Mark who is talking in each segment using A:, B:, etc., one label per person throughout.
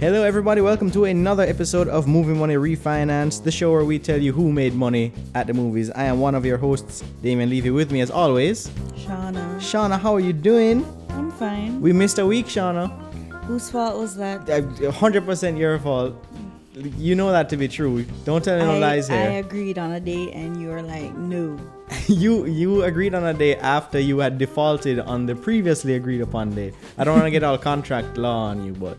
A: Hello, everybody. Welcome to another episode of Movie Money Refinance, the show where we tell you who made money at the movies. I am one of your hosts, Damien Levy. With me, as always,
B: Shauna.
A: Shauna. How are you doing?
B: I'm fine.
A: We missed a week, Shauna.
B: Whose fault was that?
A: Uh, 100% your fault. You know that to be true. Don't tell any
B: I,
A: lies
B: I
A: here.
B: agreed on a date and you were like, no.
A: you you agreed on a day after you had defaulted on the previously agreed upon day. I don't want to get all contract law on you, but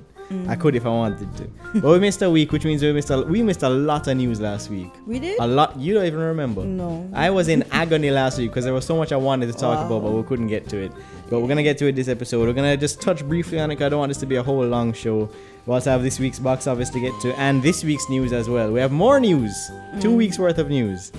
A: I could if I wanted to. But we missed a week, which means we missed a, we missed a lot of news last week.
B: We did?
A: A lot. You don't even remember.
B: No.
A: I was in agony last week because there was so much I wanted to talk about, but we couldn't get to it. But we're gonna get to it this episode. We're gonna just touch briefly on it. 'cause I don't want this to be a whole long show. We also have this week's box office to get to, and this week's news as well. We have more news.
B: Mm.
A: Two weeks worth of news.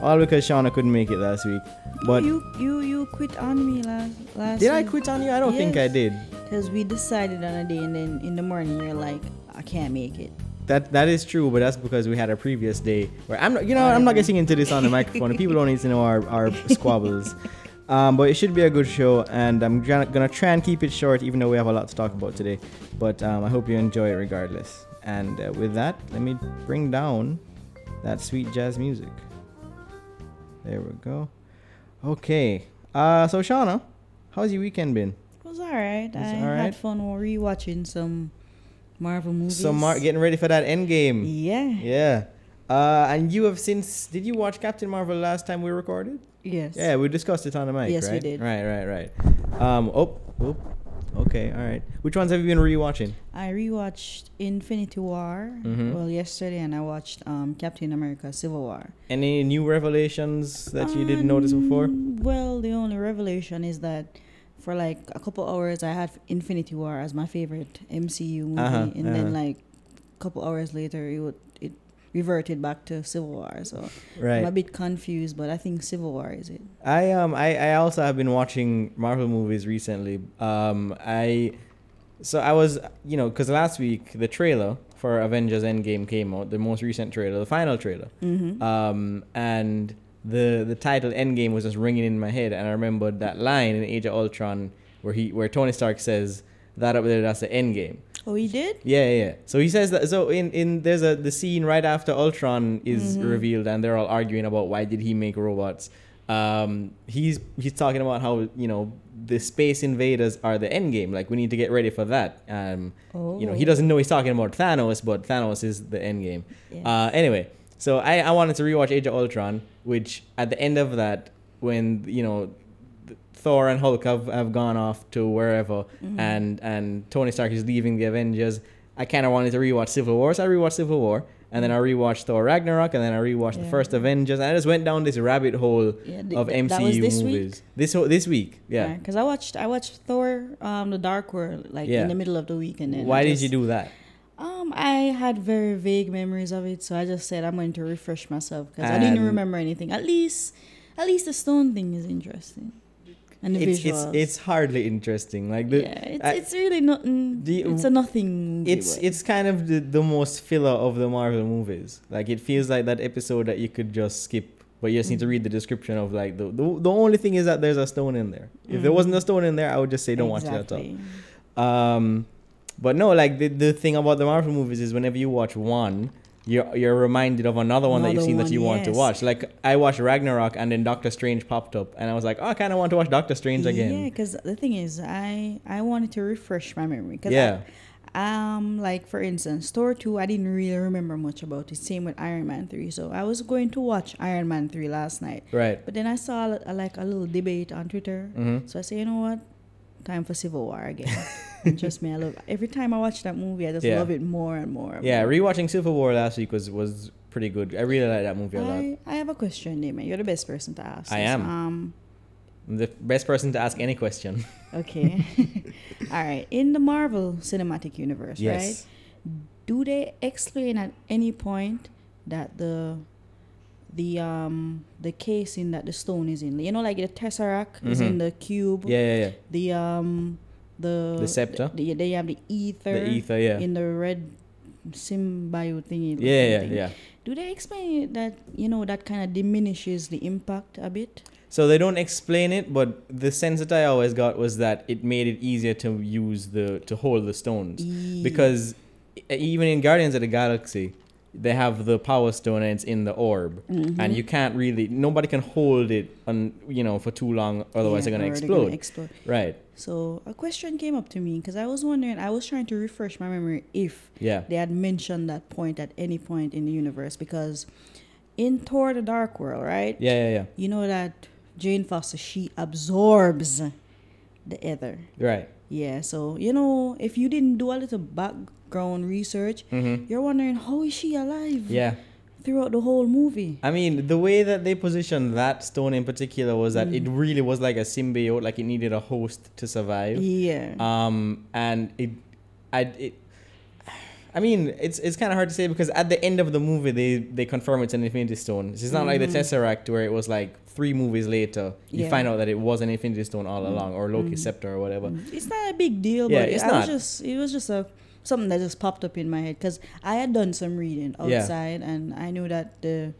A: All because Shauna couldn't make it last week. But
B: you you you quit on me last last
A: did I quit on you? I don't think I
B: Yes.
A: did.
B: Because we decided on a day and then in the morning you're like, I can't make it.
A: That that is true, but that's because we had a previous day where I'm not. You know, I'm not getting into this on the microphone. The people don't need to know our, our squabbles. Um, but it should be a good show, and I'm gonna, gonna try and keep it short, even though we have a lot to talk about today. But um, I hope you enjoy it regardless. And uh, with that, let me bring down that sweet jazz music. There we go. Okay. Uh, so Shauna, how's your weekend been?
B: It was alright. I
A: alright?
B: had fun rewatching some Marvel movies.
A: So Mark, getting ready for that end game.
B: Yeah.
A: Yeah. Uh, and you have since did you watch Captain Marvel last time we recorded?
B: Yes.
A: Yeah, we discussed it on the mic.
B: Yes, we
A: right?
B: did.
A: Right, right, right. Um, oh, oop. okay, all right. Which ones have you been rewatching?
B: I rewatched Infinity War
A: Mhm.
B: well yesterday and I watched um, Captain America Civil War.
A: Any new revelations that you didn't notice before?
B: Um, Well, the only revelation is that for like a couple hours, I had Infinity War as my favorite MCU movie,
A: Uh-huh,
B: and then
A: uh-huh.
B: like a couple hours later, it would, it reverted back to Civil War. So I'm a
A: Right.
B: bit confused, but I think Civil War is it.
A: I um I, I also have been watching Marvel movies recently. Um, I so I was you know because last week the trailer for Avengers Endgame came out, the most recent trailer, the final trailer.
B: Mm-hmm.
A: um, and the the title Endgame was just ringing in my head, and I remembered that line in Age of Ultron where he where Tony Stark says that up there that's the Endgame.
B: Oh, he did.
A: Yeah, yeah. yeah. So he says that. So in in there's a the scene right after Ultron is revealed, and they're all arguing about why did he make robots. Um, he's he's talking about how you know the space invaders are the end game. Like we need to get ready for that. Um, you know he
B: Oh.
A: doesn't know he's talking about Thanos, but Thanos is the end game.
B: Yeah.
A: Uh, anyway, so I I wanted to rewatch Age of Ultron, which at the end of that when you know Thor and Hulk have, have gone off to wherever,
B: Mm-hmm.
A: and and Tony Stark is leaving the Avengers. I kind of wanted to rewatch Civil War, so I rewatched Civil War, and then I rewatched Thor Ragnarok, and then I rewatched the
B: Mm-hmm. Yeah.
A: first Avengers, and I just went down this rabbit hole
B: Yeah, th-
A: of
B: th-
A: MCU
B: that was this week?
A: movies. This ho- this week, yeah.
B: Because I watched I watched Thor, um, the Dark World, like
A: Yeah.
B: in the middle of the weekend. And I
A: Why did
B: just-
A: you do that?
B: Um, I had very vague memories of it, so I just said I'm going to refresh myself because I didn't
A: And-
B: remember anything. At least, at least the stone thing is interesting, and the
A: It's, it's
B: visuals.
A: it's hardly interesting. Like the,
B: yeah, it's,
A: I-
B: it's really nothing.
A: the-
B: it's a nothing. Movie
A: it's
B: but-
A: it's kind of the, the most filler of the Marvel movies. Like it feels like that episode that you could just skip, but you just need to read the description of like the the, the only thing is that there's a stone in there. If there wasn't a stone in there, I would just say don't watch that at all.
B: Mm-hmm.
A: Um,
B: Exactly.
A: but no, like the, the thing about the Marvel movies is whenever you watch one, you're you're reminded of another one that you've
B: Another
A: seen that
B: one,
A: you want to
B: yes.
A: watch. Like I watched Ragnarok and then Doctor Strange popped up, and I was like, oh, I kind of want to watch Doctor Strange
B: Yeah,
A: again.
B: because the thing is, I I wanted to refresh my memory. 'cause I-
A: Yeah.
B: um, like for instance, Thor two, I didn't really remember much about it. Same with Iron Man three. So I was going to watch Iron Man three last night.
A: Right.
B: But then I saw a, a- like a little debate on Twitter.
A: Mhm.
B: So I say, you know what? Time for Civil War again. And Trust me, I love every time I watch that movie. I just
A: Yeah.
B: love it more and more. and
A: Yeah,
B: more.
A: rewatching Civil War last week was was pretty good. I really like that movie a lot.
B: I, I have a question, Damon. You're the best person to ask.
A: I
B: this.
A: am.
B: Um,
A: I'm the best person to ask any question.
B: okay. All right. In the Marvel Cinematic Universe, right? Do they explain at any point that the the um the casing that the stone is in, you know, like the tesseract is
A: Mhm.
B: in the cube.
A: Yeah, yeah, yeah.
B: the um the
A: The scepter?
B: the- yeah, they have the ether,
A: The ether, yeah.
B: in the red symbiote thingy. looking
A: yeah, yeah,
B: thing.
A: yeah.
B: Do they explain it that you know that kind of diminishes the impact a bit?
A: So they don't explain it, but the sense that I always got was that it made it easier to use the to hold the stones
B: Ye-
A: because e, even in Guardians of the Galaxy, they have the Power Stone and it's in the
B: Mm-hmm.
A: orb, and you can't really nobody can hold it on you know for too long, otherwise
B: Yeah,
A: they're gonna
B: or they're
A: explode.
B: explode.
A: right?
B: So a question came up to me because I was wondering, I was trying to refresh my memory if
A: Yeah.
B: they had mentioned that point at any point in the universe because in Thor: The Dark World, right?
A: Yeah, yeah,
B: You know that Jane Foster she absorbs the ether.
A: yeah. Right.
B: Yeah, so you know, if you didn't do a little background research,
A: Mm-hmm.
B: you're wondering how is she alive
A: Yeah.
B: throughout the whole movie.
A: I mean, the way that they positioned that stone in particular was that
B: Mm.
A: it really was like a symbiote, like it needed a host to survive.
B: Yeah.
A: Um, and it, I, it, I mean, it's it's kind of hard to say because at the end of the movie they they confirm it's an Infinity Stone. It's not like the Tesseract where it was like three movies later you
B: Mm. Yeah. Mm.
A: find out that it was an Infinity Stone all along or Loki's scepter or whatever.
B: It's not a big deal,
A: Yeah,
B: but
A: it's
B: I
A: not.
B: was just it was just a something that just popped up in my head because I had done some reading
A: Yeah.
B: outside, and I knew that the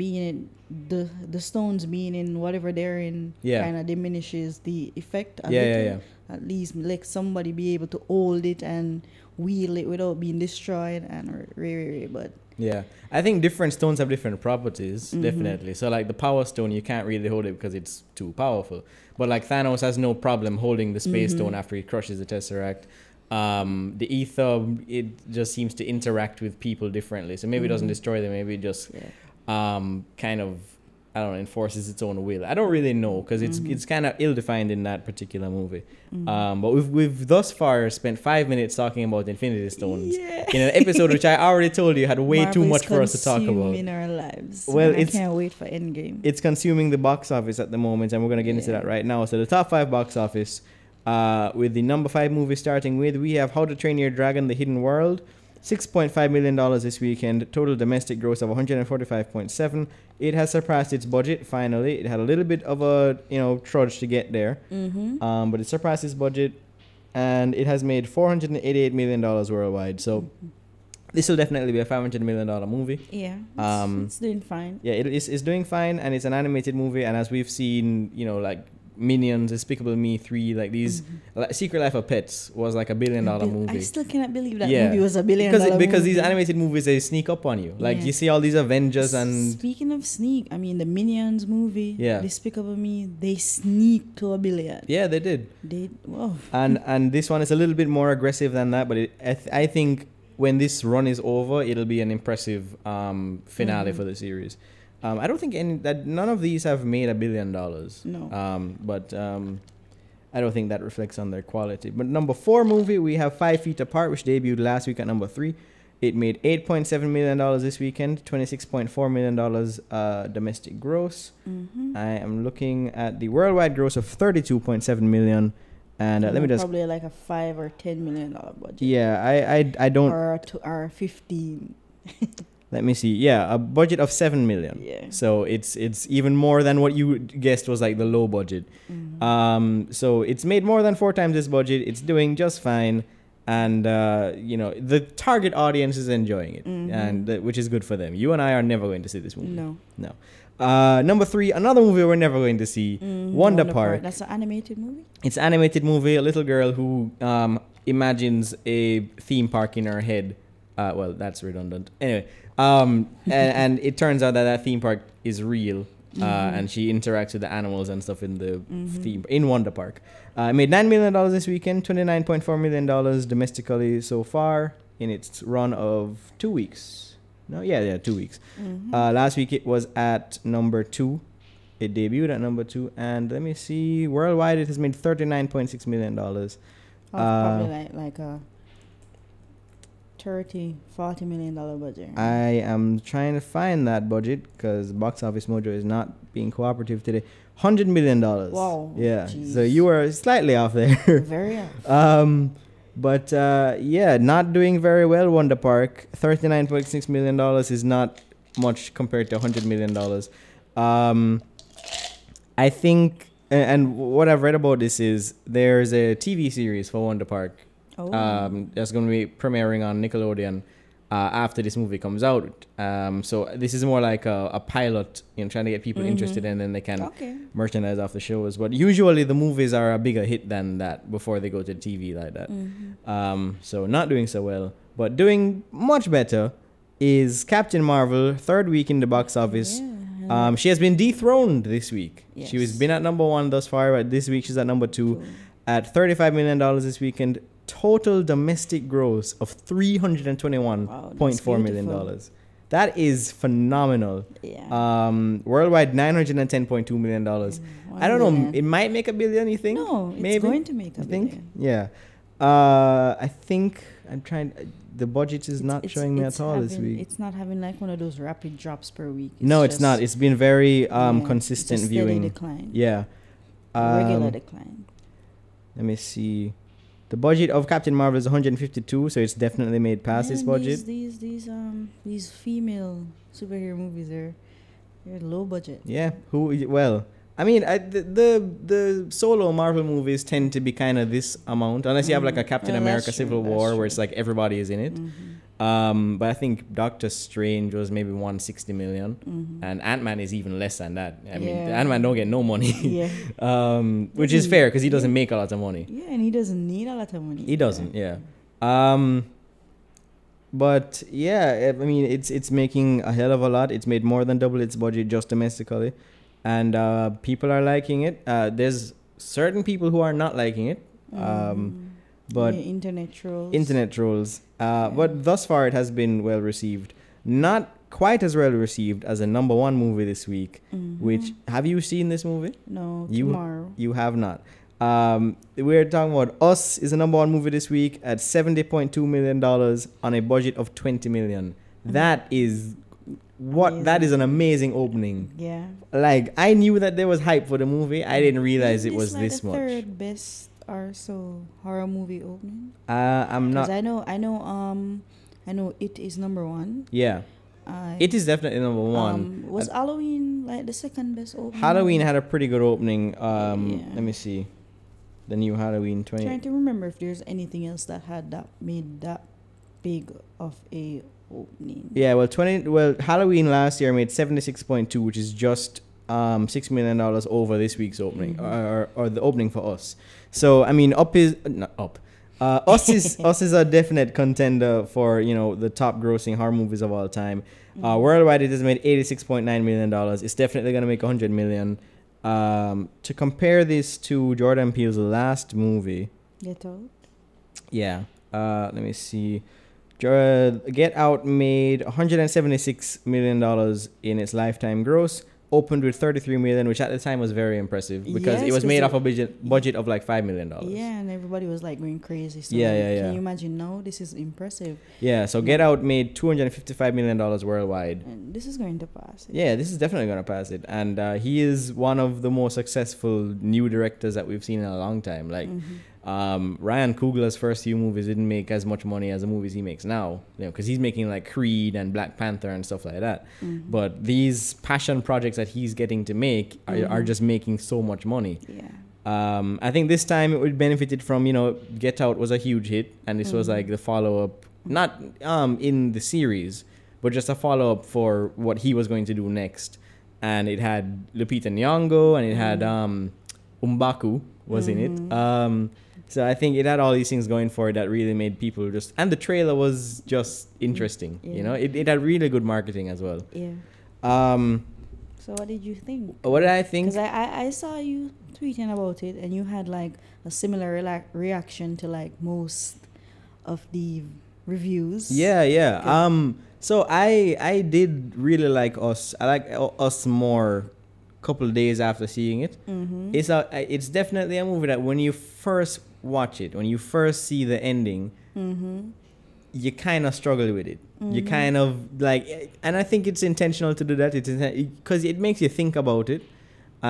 B: being in, the the stones being in whatever they're in
A: Yeah.
B: kind of diminishes the effect. A
A: Yeah, yeah,
B: little.
A: yeah.
B: At least like somebody be able to hold it and wield it without being destroyed and r- re re re. But
A: Yeah, I think different stones have different properties, definitely. So like the Power Stone, you can't really hold it because it's too powerful. But like Thanos has no problem holding the Space Stone after he crushes the Tesseract. Um, the Ether, it just seems to interact with people differently. So maybe it doesn't destroy them. Maybe it just
B: yeah,
A: um, kind of I don't know enforces its own will. I don't really know because it's it's kind of ill defined in that particular movie. Um, but we've we've thus far spent five minutes talking about Infinity Stones
B: Yeah.
A: in an episode which I already told you had way
B: Marvel
A: too
B: is
A: much for us to talk about.
B: consuming our lives.
A: Well,
B: and I
A: it's-
B: can't wait for Endgame.
A: It's consuming the box office at the moment, and we're gonna get into
B: Yeah.
A: that right now. So the top five box office. Uh, with the number five movie starting with, we have How to Train Your Dragon: The Hidden World, six point five million dollars this weekend. Total domestic gross of one hundred and forty-five point seven. It has surpassed its budget. Finally, it had a little bit of a you know trudge to get there,
B: mm-hmm.
A: um, but it surpassed its budget, and it has made four hundred and eighty-eight million dollars worldwide. So this will definitely be a five hundred million dollar movie.
B: Yeah, it's,
A: um,
B: it's doing fine.
A: Yeah, it is it's doing fine, and it's an animated movie. And as we've seen, you know, like Minions, Despicable Me three, like these,
B: Mm.
A: like Secret Life of Pets was like a billion dollar
B: Bill- Mm-hmm. I
A: movie.
B: still cannot believe that
A: Yeah.
B: movie was a billion
A: Because
B: dollar
A: because
B: movie.
A: these animated movies they sneak up on you. Like
B: Yeah.
A: you see all these Avengers and
B: speaking of sneak, I mean the Minions movie,
A: Yeah.
B: Despicable Me, they sneak to a billion.
A: yeah, Uh, they did.
B: They oh
A: And and this one is a little bit more aggressive than that, but it, I, th- I think when this run is over, it'll be an impressive um, finale
B: Mm.
A: for the series. Um, I don't think any that none of these have made a billion dollars.
B: no.
A: Um, but um, I don't think that reflects on their quality. But number four movie, we have Five Feet Apart, which debuted last week at number three. It made eight point seven million dollars this weekend, twenty six point four million dollars uh, domestic gross.
B: mm-hmm.
A: I am looking at the worldwide gross of thirty two point seven million, and uh, let me just
B: probably like a five or ten million dollar budget.
A: yeah, I I, I don't
B: Or two or fifteen.
A: let me see yeah a budget of seven million.
B: Yeah.
A: So it's it's even more than what you guessed was like the low budget.
B: Mhm.
A: Um, so it's made more than four times this budget. It's doing just fine, and uh, you know the target audience is enjoying it,
B: Mhm.
A: and th- which is good for them. You and I are never going to see this movie.
B: no.
A: Uh, number three, another movie we're never going to see.
B: Mm,
A: Wonder Park.
B: That's an animated movie.
A: It's an animated movie. A little girl who um, imagines a theme park in her head. Uh, well, that's redundant. Anyway, um, and, and it turns out that that theme park is real.
B: Mm-hmm.
A: Uh, and she interacts with the animals and stuff in the Mm-hmm. theme in Wonder Park. Uh, it made nine million dollars this weekend, twenty nine point four million dollars domestically so far in its run of two weeks. No, yeah, yeah, two weeks.
B: Mm-hmm.
A: Uh, last week it was at number two. It debuted at number two, and let me see. Worldwide, it has made thirty-nine point six million dollars.
B: Of
A: Uh,
B: probably like like a 30, 40 million dollar budget.
A: I am trying to find that budget because Box Office Mojo is not being cooperative today. Hundred million dollars.
B: Wow,
A: Yeah. So
B: jeez.
A: you were slightly off there.
B: Very uh,
A: um, but uh, yeah, not doing very well. Wonder Park. Thirty-nine point six million dollars is not much compared to hundred million dollars. Um, I think, a- and what I've read about this is there's a TV series for Wonder Park
B: oh
A: um, that's going to be premiering on Nickelodeon uh, after this movie comes out. Um, so this is more like a, a pilot, you know, trying to get people interested, and then they can
B: okay.
A: merchandise off the shows. But usually the movies uh,
B: Mm-hmm.
A: are a bigger hit than that before they go to TV like that. Um, so not doing so well. but doing much better is Captain Marvel, third week in the box office.
B: Yeah.
A: Um, she has been dethroned this week. She was
B: Yes.
A: been at number one thus far, but this week she's at number two, at thirty-five million dollars this weekend. Total domestic gross of three hundred and twenty-one point four million dollars. That is phenomenal.
B: Yeah.
A: Um, worldwide, nine hundred and ten point two million dollars. I don't know. It might make a billion. You think?
B: Mm-hmm. no, it's
A: maybe?
B: going to make a
A: You think?
B: billion.
A: Yeah. Uh, I think I'm trying. uh, The budget is not
B: It's-
A: showing me
B: it's
A: at all this
B: having-
A: week.
B: It's not having like one of those rapid drops per week.
A: no, it's
B: just-
A: not. It's been very um,
B: yeah, it's a
A: consistent
B: steady
A: viewing.
B: decline.
A: Yeah. Um,
B: regular decline.
A: Let me see. The budget of Captain Marvel is 152, so it's definitely made past its
B: Man,
A: budget.
B: These, these these um these female superhero movies are they're low budget.
A: Yeah. Who? Well, I mean, I, the, the the solo Marvel movies tend to be kind of this amount, unless you have like a
B: Mhm.
A: Captain
B: Oh, that's
A: America
B: true,
A: Civil
B: that's
A: War where
B: true.
A: it's like everybody is in it.
B: Mhm,
A: Um, but I think Doctor Strange was maybe 160 million,
B: mhm.
A: and Ant Man is even less than that. I mean,
B: Yeah.
A: Ant Man don't get no money,
B: yeah,
A: um, which is
B: Mhm.
A: fair because he doesn't make a lot of money.
B: yeah, and he doesn't need a lot of money.
A: He doesn't, yeah. Um, but yeah, I I mean, it's it's making a hell of a lot. It's made more than double its budget just domestically, and uh, people are liking it. Uh, there's certain people who are not liking it, um,
B: Mhm.
A: but
B: Yeah, internet trolls.
A: internet trolls. Uh,
B: Yeah.
A: But thus far, it has been well received. Not quite as well received as a number one movie this week.
B: Mhm.
A: Which have you seen this movie?
B: no
A: you-
B: tomorrow.
A: You have not. Um, we're talking about Us is the number one movie this week at seventy point two million dollars on a budget of twenty million.
B: Mm-hmm.
A: That is what that is an amazing opening.
B: yeah,
A: Like I knew that there was hype for the movie. I didn't realize it
B: It's
A: was
B: like
A: this
B: the
A: much.
B: Third best or so horror movie opening.
A: Uh, I'm
B: Because
A: not.
B: I know, I know, um, I know it is number one.
A: Yeah,
B: I,
A: it is definitely number one.
B: Um, was
A: Uh,
B: Halloween like the second best opening?
A: Halloween had a pretty good opening. Um,
B: Yeah.
A: let me see, the new Halloween twenty.
B: Trying to remember if there's anything else that had that made that big of a opening.
A: Yeah, well, twenty. Well, Halloween last year made seventy six point two, which is just um six million dollars over this week's opening,
B: Mm-hmm.
A: or, or the opening for us. So I mean, up is not up. Uh, us is us is a definite contender for you know the top grossing horror movies of all time.
B: Mm-hmm. Mm.
A: Uh, worldwide, it has made eighty six point nine million dollars. It's definitely gonna make hundred million. Um, to compare this to Jordan Peele's last movie,
B: Get out.
A: yeah. Uh, let me see. Jar- Get Out made 176 million dollars in its lifetime gross. Opened with 33 million, which at the time was very impressive because it
B: Yes,
A: was
B: 'cause
A: made
B: it-
A: off a budget budget of like five million dollars.
B: Yeah, and everybody was like going crazy. So
A: Yeah,
B: like,
A: yeah, yeah.
B: Can you imagine now? This is impressive,
A: Yeah. So Get Out made 255 million dollars worldwide.
B: and this is going to pass.
A: Yeah, this is definitely gonna pass it, and uh, he is one of the more successful new directors that we've seen in a long time. Like
B: Mhm.
A: um, Ryan Coogler's first few movies didn't make as much money as the movies he makes now, you know, because he's making like Creed and Black Panther and stuff like that.
B: Mhm.
A: But these passion projects that he's getting to make are, are just making so much money.
B: yeah.
A: Um, I think this time it would benefited from you know Get Out was a huge hit, and this was like the follow up, not um, in the series, but just a follow up for what he was going to do next. And it had Lupita Nyong'o, and it had um, Umbaku was in it. Um, so I think it had all these things going for it that really made people just. And the trailer was just interesting, you
B: Yeah.
A: know. It, it had really good marketing as well.
B: Yeah.
A: Um,
B: So what did you think?
A: what did I think?
B: Because I, I, I saw you tweeting about it, and you had like a similar rela- reaction to like most of the reviews.
A: Yeah, yeah.
B: Good.
A: Um, so I I did really like us. I like U- us more. Couple days after seeing it,
B: Mm-hmm.
A: it's a it's definitely a movie that when you first watch it, when you first see the ending,
B: Mm-hmm.
A: you kind of struggle with it. You kind of like, eh, and I think it's intentional to do that. It's because it makes you think about it,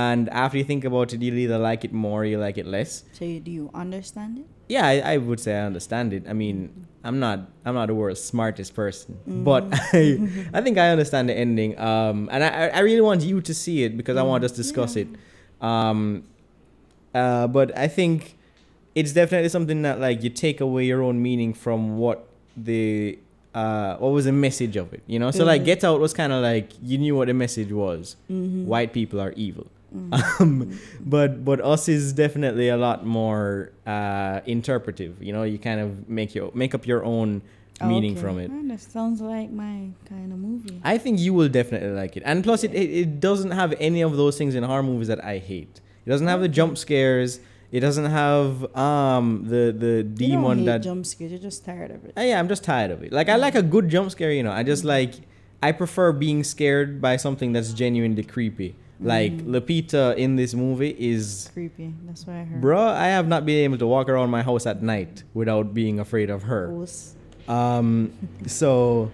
A: and after you think about it, you either like it more, or you like it less.
B: So you, do you understand it?
A: yeah I, I would say i understand it i mean i'm not i'm not the world's smartest person but i i think i understand the ending um and i i I really want you to see it because i want us to discuss it um uh but i think it's definitely something that like you take away your own meaning from what the uh what was the message of it you know so like
B: Mhm.
A: get out was kind of like you knew what the message was
B: Mm-hmm.
A: white people are evil. Um, but but us is definitely a lot more uh, interpretive. You know, you kind of make your make up your own
B: Oh,
A: meaning
B: okay.
A: from it.
B: Ah, that sounds like my kind of movie.
A: I think you will definitely like it. And plus, it, it, it doesn't have any of those things in horror movies that I hate. It doesn't have the
B: Mm.
A: jump scares. It doesn't have um the the
B: You don't
A: demon
B: hate
A: that.
B: jump Mm. scares. You're just tired of it.
A: Uh, yeah, I'm just tired of it. Like I like a good jump scare. You know, I
B: Mm.
A: just like I prefer being scared by something that's genuinely creepy. Like
B: Mm.
A: Lupita in this movie is.
B: Creepy. That's what I heard.
A: Bruh, I have not been able to walk around my house at night without being afraid of her.
B: Gross.
A: Um, so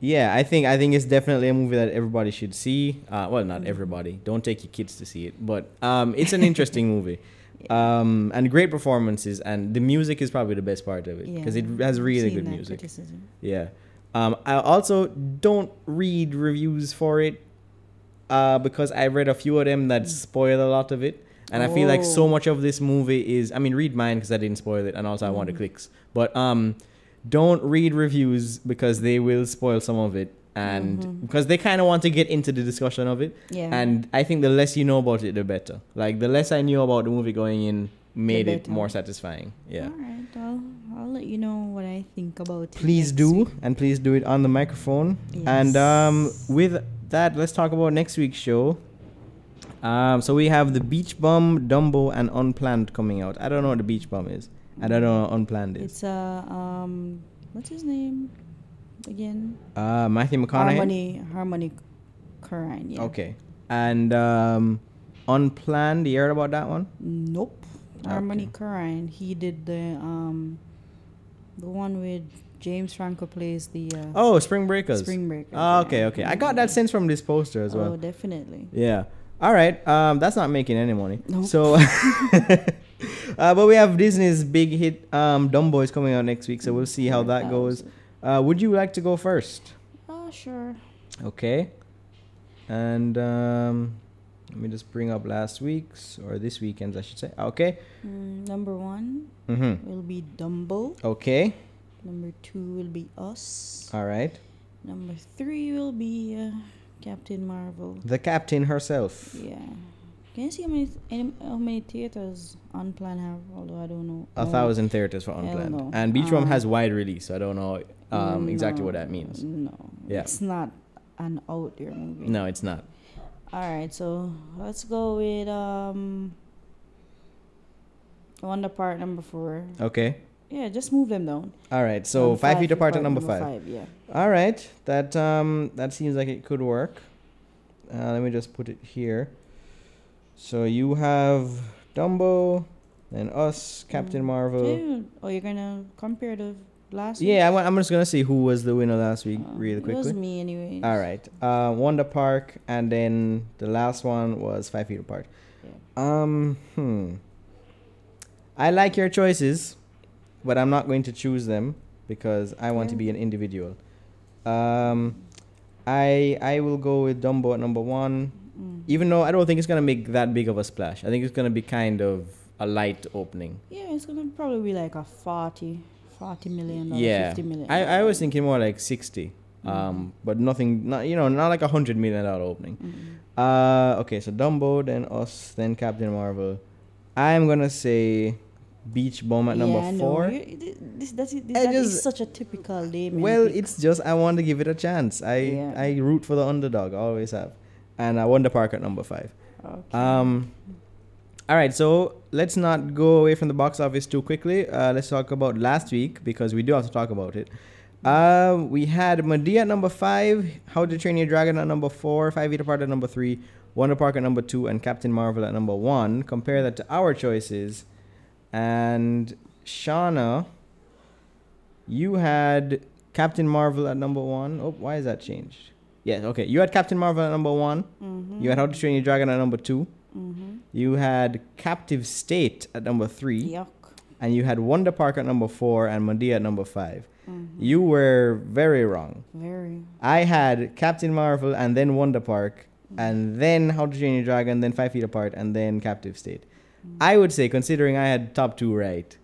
A: yeah, I think I think it's definitely a movie that everybody should see. Uh, well, not everybody. Don't take your kids to see it, but um, it's an interesting movie. Um, and great performances, and the music is probably the best part of it because it
B: Yeah.
A: has really
B: Seen
A: good
B: that
A: music.
B: criticism.
A: Yeah. Um, I also don't read reviews for it uh, because I read a few of them that spoil a lot of it. And I feel like so
B: Oh.
A: much of this movie is. I mean, read mine because I didn't spoil it, and also I
B: Mm.
A: want the clicks. But um, don't read reviews because they will spoil some of it, and because they kind of want to get into the discussion of it.
B: Mm-hmm. Yeah.
A: And I think the less you know about it, the better. Like the less I knew about the movie going in, made it
B: better.
A: more satisfying. Yeah.
B: All right. I'll, I'll let you know what I think about it.
A: please
B: next
A: do
B: week.
A: and please do it on the microphone and
B: Yes.
A: um, with that let's talk about next week's show um, so we have the beach bum dumbo and unplanned coming out i don't know what the beach bum is and i don't know what unplanned is
B: It's uh um what's his name again?
A: uh, matthew mcconaughey
B: Harmony Harmony Corrine. Yeah.
A: okay and um, unplanned you heard about that one
B: Nope.
A: Okay.
B: Harmony Corrine. He did the um the one with James Franco plays the uh,
A: oh spring breakers
B: Spring Breakers.
A: Ah,
B: yeah.
A: okay okay i got that sense from this poster as well
B: Oh, definitely.
A: Yeah. All right. Um, that's not making any money.
B: Nope.
A: So, uh, but we have Disney's big hit um, Dumb Boys coming out next week, so we'll see how that goes. Uh, would you like to go first?
B: Oh, sure.
A: Okay. And um, let me just bring up last week's or this weekend's, I should say. Okay.
B: Mm, number one
A: Mm-hmm.
B: will be Dumbo.
A: Okay.
B: Number two will be Us.
A: All right.
B: Number three will be uh, Captain Marvel.
A: The captain herself.
B: Yeah. Can you see how many, th- any, how many theaters Unplanned have? Although I don't know.
A: A
B: No.
A: thousand theaters for
B: Oh. Hell no.
A: unplanned, and Beach Room
B: Um,
A: has wide release, so I don't know um, exactly what
B: Mm, No,
A: that means.
B: No.
A: Yeah.
B: It's not an out there movie.
A: No, it's not.
B: All right, so let's go with um. Wonder Park number four.
A: Okay.
B: Yeah, just move them down.
A: All right. So
B: Um,
A: five, feet apart at number five.
B: Yeah.
A: All right, that um, that seems like it could work. Uh, let me just put it here. So you have Dumbo, then us, Captain
B: Mm.
A: Marvel.
B: Yeah. Oh, you're gonna compare the last.
A: Yeah, I'm, I'm just gonna see who was the winner last week,
B: week? Oh,
A: really
B: It was
A: quickly.
B: me anyway.
A: All right, uh, Wonder Park, and then the last one was Five Feet Apart. Um, hmm. I like your choices, but I'm not going to choose them because I want to
B: Yeah.
A: be an individual. Um, I I will go with Dumbo at number one,
B: Mm.
A: even though I don't think it's gonna make that big of a splash. I think it's gonna be kind of a light opening.
B: Yeah, it's gonna probably be like a 40, 40 million, dollar,
A: yeah,
B: 50 million.
A: I, I was thinking more like sixty, um, but nothing, not you know, not like a hundred million dollar opening.
B: Mm.
A: Uh, okay, so Dumbo, then us, then Captain Marvel. I'm gonna say Beach Bomb at number
B: yeah, I know.
A: four.
B: You- th- This, that's it. This,
A: I
B: that is
A: just-
B: such a typical name.
A: Well, it's just I want to give it a chance. I
B: Yeah.
A: I root for the underdog, I always have, and I won the park at number five.
B: okay.
A: Um, all right, so let's not go away from the box office too quickly. Uh, let's talk about last week because we do have to talk about it. Uh, we had Medea at number five, How to Train Your Dragon at number four, Five Feet Apart at number three, Wonder Park at number two, and Captain Marvel at number one. Compare that to our choices, and Shauna, you had Captain Marvel at number one. Oh, why is that changed? Yeah, okay. You had Captain Marvel at number one.
B: mm-hmm.
A: You had How to Train Your Dragon at number two.
B: Mm-hmm.
A: You had Captive State at number three,
B: Yuck.
A: and you had Wonder Park at number four, and Medea at number 5
B: Mhm.
A: You were very wrong.
B: Very.
A: I had Captain Marvel and then Wonder Park, and then How to Train Your Dragon, then Five Feet Apart, and then Captive State.
B: Mm.
A: I would say, considering I had top two right,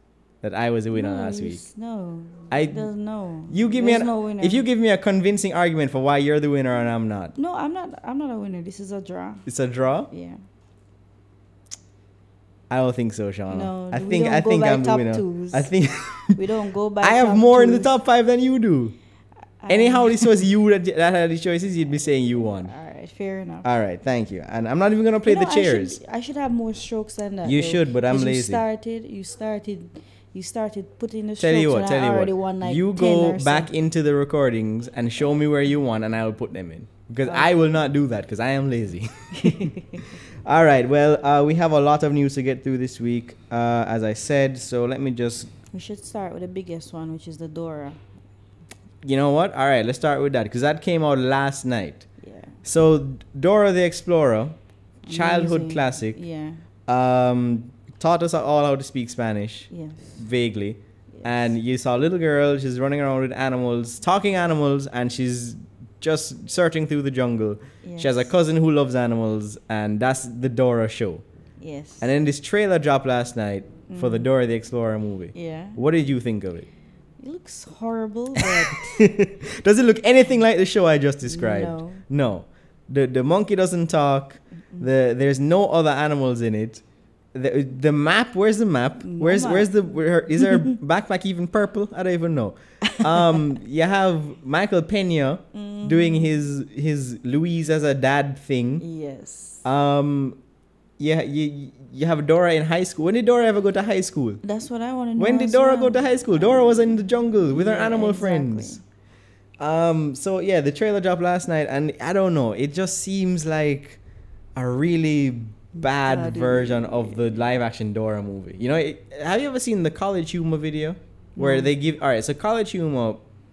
A: that I was the winner
B: no,
A: last
B: you
A: week.
B: s- No.
A: I-
B: There's no.
A: You give me
B: There's
A: an,
B: no winner.
A: if you give me a convincing argument for why you're the winner and I'm not.
B: No, I'm not. I'm not a winner. This is a draw.
A: It's a draw.
B: Yeah.
A: I don't think so, Sean.
B: No,
A: I
B: we
A: think
B: don't
A: I
B: go
A: think
B: by
A: I'm
B: top
A: the winner.
B: twos.
A: I think
B: We don't go by.
A: I have
B: top
A: more in the
B: twos.
A: top five than you do.
B: I-
A: Anyhow, this was you that, that had the choices. You'd be saying you won.
B: All right, fair enough.
A: All right, thank you. And I'm not even gonna play
B: You know,
A: the
B: I should-
A: chairs.
B: I should, have more strokes than that.
A: You
B: though,
A: should, but I'm
B: 'cause You
A: lazy.
B: started. You started. You started putting the strokes.
A: Tell you what,
B: and
A: tell
B: I already
A: you what.
B: Won, like,
A: you
B: 10
A: go
B: or so.
A: back into the recordings and show me where you won, and I will put them in. Because I will not do that because I am lazy. All right, well, uh, we have a lot of news to get through this week, uh, as I said. So let me just,
B: We should start with the biggest one, which is the Dora.
A: you know what? All right, let's start with that because that came out last night.
B: Yeah.
A: So Dora the Explorer, childhood
B: Amazing.
A: classic,
B: Yeah.
A: um, taught us all how to speak Spanish
B: Yes.
A: vaguely.
B: yes.
A: and you saw a little girl she's running around with animals talking animals and she's just searching through the jungle she has a
B: Yes.
A: cousin who loves animals and that's the dora show
B: Yes.
A: and then this trailer dropped last night for the
B: Mhm.
A: dora the explorer movie
B: yeah.
A: what did you think of it
B: It looks horrible, but
A: does it look anything like the show i just described
B: No.
A: the the monkey doesn't talk the there's no other animals in it the, the map where's the map
B: No
A: where's
B: map.
A: where's the where, is her backpack even purple i don't even know um you have michael pena
B: Mm.
A: doing his his louise as a dad thing
B: yes.
A: um yeah you you have dora in high school when did dora ever go to high school
B: That's what I want to know.
A: when did
B: as
A: Dora go
B: well.
A: to high school? Dora was in the jungle with her
B: Yeah,
A: animal
B: exactly.
A: friends. Um, so yeah, the trailer dropped last night, and I don't know. It just seems like a really bad
B: Bad
A: version of the live-action Dora movie. You know, it, have you ever seen the College Humor video where
B: No.
A: they give? All right, so College Humor,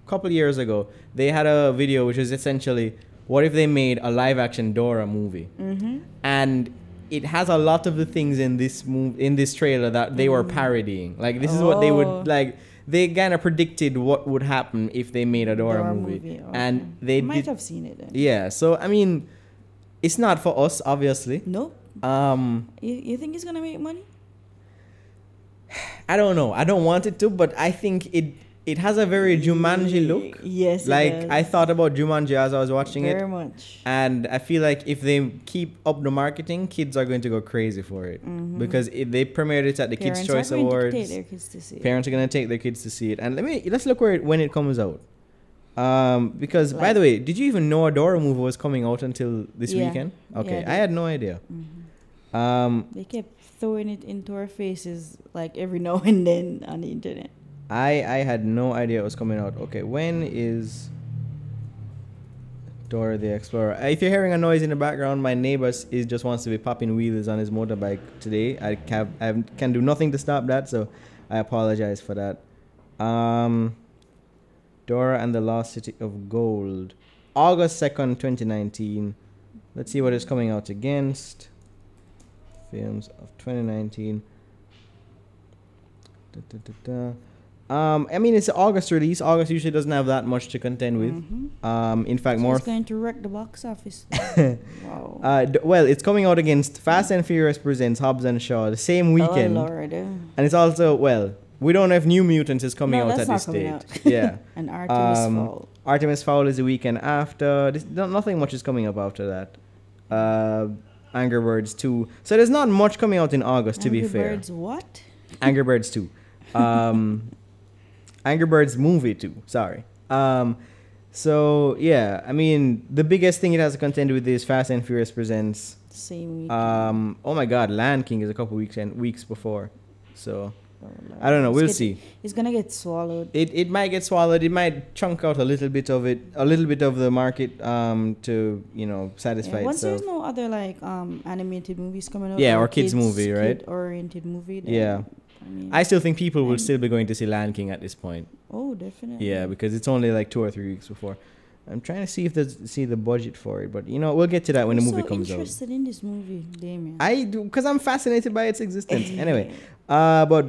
A: a couple years ago, they had a video which was essentially, what if they made a live-action Dora movie?
B: Mhm.
A: and it has a lot of the things in this move in this trailer that they were parodying. Like this is what they
B: Mm. Oh.
A: would like. They kind of predicted what would happen if they made a Dora,
B: Dora
A: movie,
B: okay.
A: and they
B: might
A: did.
B: have seen it. Then.
A: Yeah, so I mean, it's not for us, obviously.
B: Nope.
A: Um,
B: You, you think it's gonna make money?
A: I don't know. I don't want it to, but I think it it has a very Jumanji look.
B: Yes. it
A: Like
B: does.
A: I thought about Jumanji as I was watching
B: very
A: it,
B: much.
A: and I feel like if they keep up the marketing, kids are going to go crazy for it.
B: Mhm.
A: because it, they premiered it at the
B: Parents
A: Kids
B: are
A: Choice
B: going to
A: Awards.
B: take their kids to see it.
A: Parents are gonna take their kids to see it, and let me let's look where it, when it comes out. Um, because by
B: Like-
A: the way, did you even know a Dora movie was coming out until this
B: Yeah.
A: weekend?
B: Yeah, I
A: Okay,
B: did.
A: I had no idea.
B: Mhm.
A: Um,
B: They kept throwing it into our faces like every now and then on the internet.
A: I I had no idea it was coming out. Okay, when is Dora the Explorer? Uh, If you're hearing a noise in the background, my neighbor s- is just wants to be popping wheels on his motorbike today. I can I can do nothing to stop that, so I apologize for that. Um, Dora and the Lost City of Gold, August second, twenty nineteen. Let's see what it's coming out against. Films of twenty nineteen. Da, da, da, da. Um, I mean, it's an August release. August usually doesn't have that much to contend with.
B: Mhm.
A: Um, in fact,
B: So
A: more.
B: it's going to wreck the box office. wow.
A: Uh, d- well, it's coming out against Fast and Furious presents Hobbs and Shaw the same weekend,
B: Oh, Lord. uh,
A: and it's also well, we don't know if New Mutants is coming
B: No,
A: out
B: that's
A: at
B: not
A: this
B: coming
A: date.
B: out.
A: yeah,
B: And Artemis
A: Um,
B: Fowl.
A: Artemis Fowl is the weekend after. This, no, nothing much is coming up after that. Uh, Angry Birds two. So there's not much coming out in August, to be
B: Angry
A: fair.
B: Birds what?
A: Angry Birds 2. Um, Angry Birds Movie 2, sorry. Um, so, yeah, I mean, the biggest thing it has to contend with is Fast and Furious Presents.
B: Same weekend.
A: Um, oh my god, Land King is a couple weeks and weeks before. So, I don't know, we'll see.
B: Oh, It's gonna get swallowed.
A: It, it might get swallowed, it might chunk out a little bit of it, a little bit of the market um, to, you know, satisfy
B: Yeah, once
A: itself.
B: there's no other like um animated movies coming out.
A: Yeah, or kids movie, right?
B: Oriented movie. Then,
A: Yeah.
B: I mean,
A: I still think people will
B: And-
A: still be going to see Land King at this point.
B: oh, definitely.
A: Yeah, because it's only like two or three weeks before. I'm trying to see if there's see the budget for it, but you know we'll get to that when the
B: I'm
A: movie
B: so
A: comes out.
B: interested in this movie, Damien.
A: I do because I'm fascinated by its existence. anyway, uh, but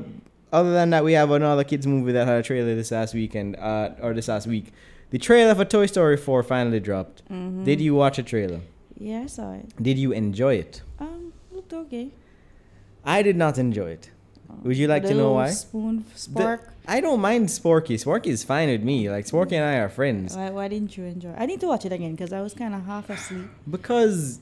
A: other than that, we have another kids movie that had a trailer this last weekend uh, or this last week. The trailer for Toy Story 4 finally dropped.
B: Mhm.
A: Did you watch a trailer?
B: Yeah, I saw it.
A: Did you enjoy it?
B: Um, looked okay.
A: I did not enjoy it.
B: Uh,
A: Would you like
B: the
A: to know
B: little
A: why?
B: Spoon f-
A: The-
B: spark.
A: I don't mind Sporky. Sporky is fine with me. Like Sporky and I are friends.
B: Why, why didn't you enjoy? I need to watch it again because I was kind of half asleep.
A: Because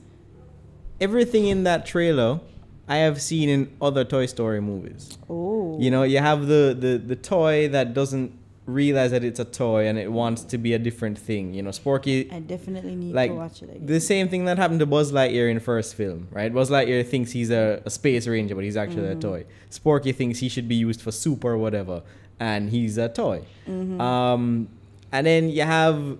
A: everything in that trailer, I have seen in other Toy Story movies.
B: Oh.
A: You know, you have the, the, the toy that doesn't realize that it's a toy and it wants to be a different thing. You know, Sporky
B: I definitely need
A: like
B: to watch it again.
A: the same thing that happened to Buzz Lightyear in first film, right? Buzz Lightyear thinks he's a, a space ranger, but he's actually a toy. Sporky thinks he should be used for soup or whatever, and he's a toy. Um, and then you have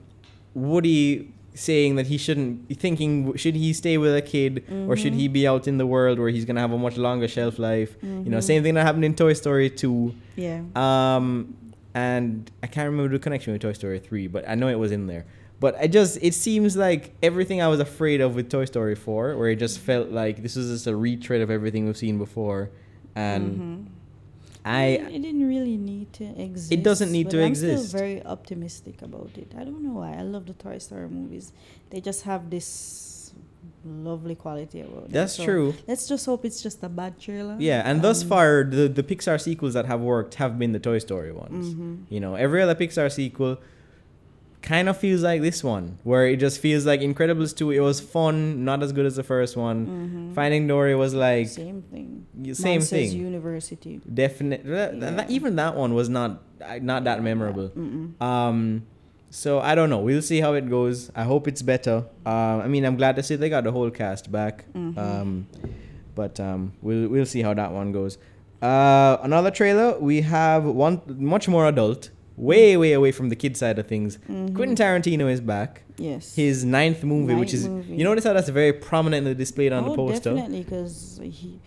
A: Woody saying that he shouldn't, thinking should he stay with a kid or should he be out in the world where he's gonna have a much longer shelf life? You know, same thing that happened in Toy Story two.
B: yeah.
A: Um, and I can't remember the connection with Toy Story 3, but I know it was in there. But I just, it seems like everything I was afraid of with Toy Story 4, where it just felt like this is just a retread of everything we've seen before. And
B: Mm-hmm. it,
A: I,
B: didn't- it didn't really need to exist.
A: need
B: but
A: to
B: I'm
A: exist.
B: still very optimistic about it. I don't know why. I love the Toy Story movies. They just have this lovely quality about them.
A: That's
B: So
A: true.
B: Let's just hope it's just a bad trailer.
A: yeah, and thus
B: Um,
A: far, the, the Pixar sequels that have worked have been the Toy Story ones.
B: mhm.
A: You know, every other Pixar sequel kind of feels like this one, where it just feels like Incredibles 2, it was fun, not as good as the first one. Finding Dory was like,
B: Mm-hmm. same thing.
A: y- same
B: Monsters
A: thing.
B: University.
A: Definite. that- that- that-
B: Yeah.
A: even that one was not uh, not that memorable.
B: Mm-mm.
A: Um, so I don't know. We'll see how it goes. I hope it's better. Um, I mean, I'm glad to see they got the whole cast back.
B: Mm-hmm.
A: Um, but um, we'll we'll see how that one goes. Uh, another trailer. We have one much more adult, way way away from the kid side of things. Quentin Tarantino is back.
B: Mm-hmm. Yes.
A: His ninth movie, which
B: Ninth
A: is
B: movie.
A: you notice how that's very prominently displayed on the poster.
B: Oh, definitely, because he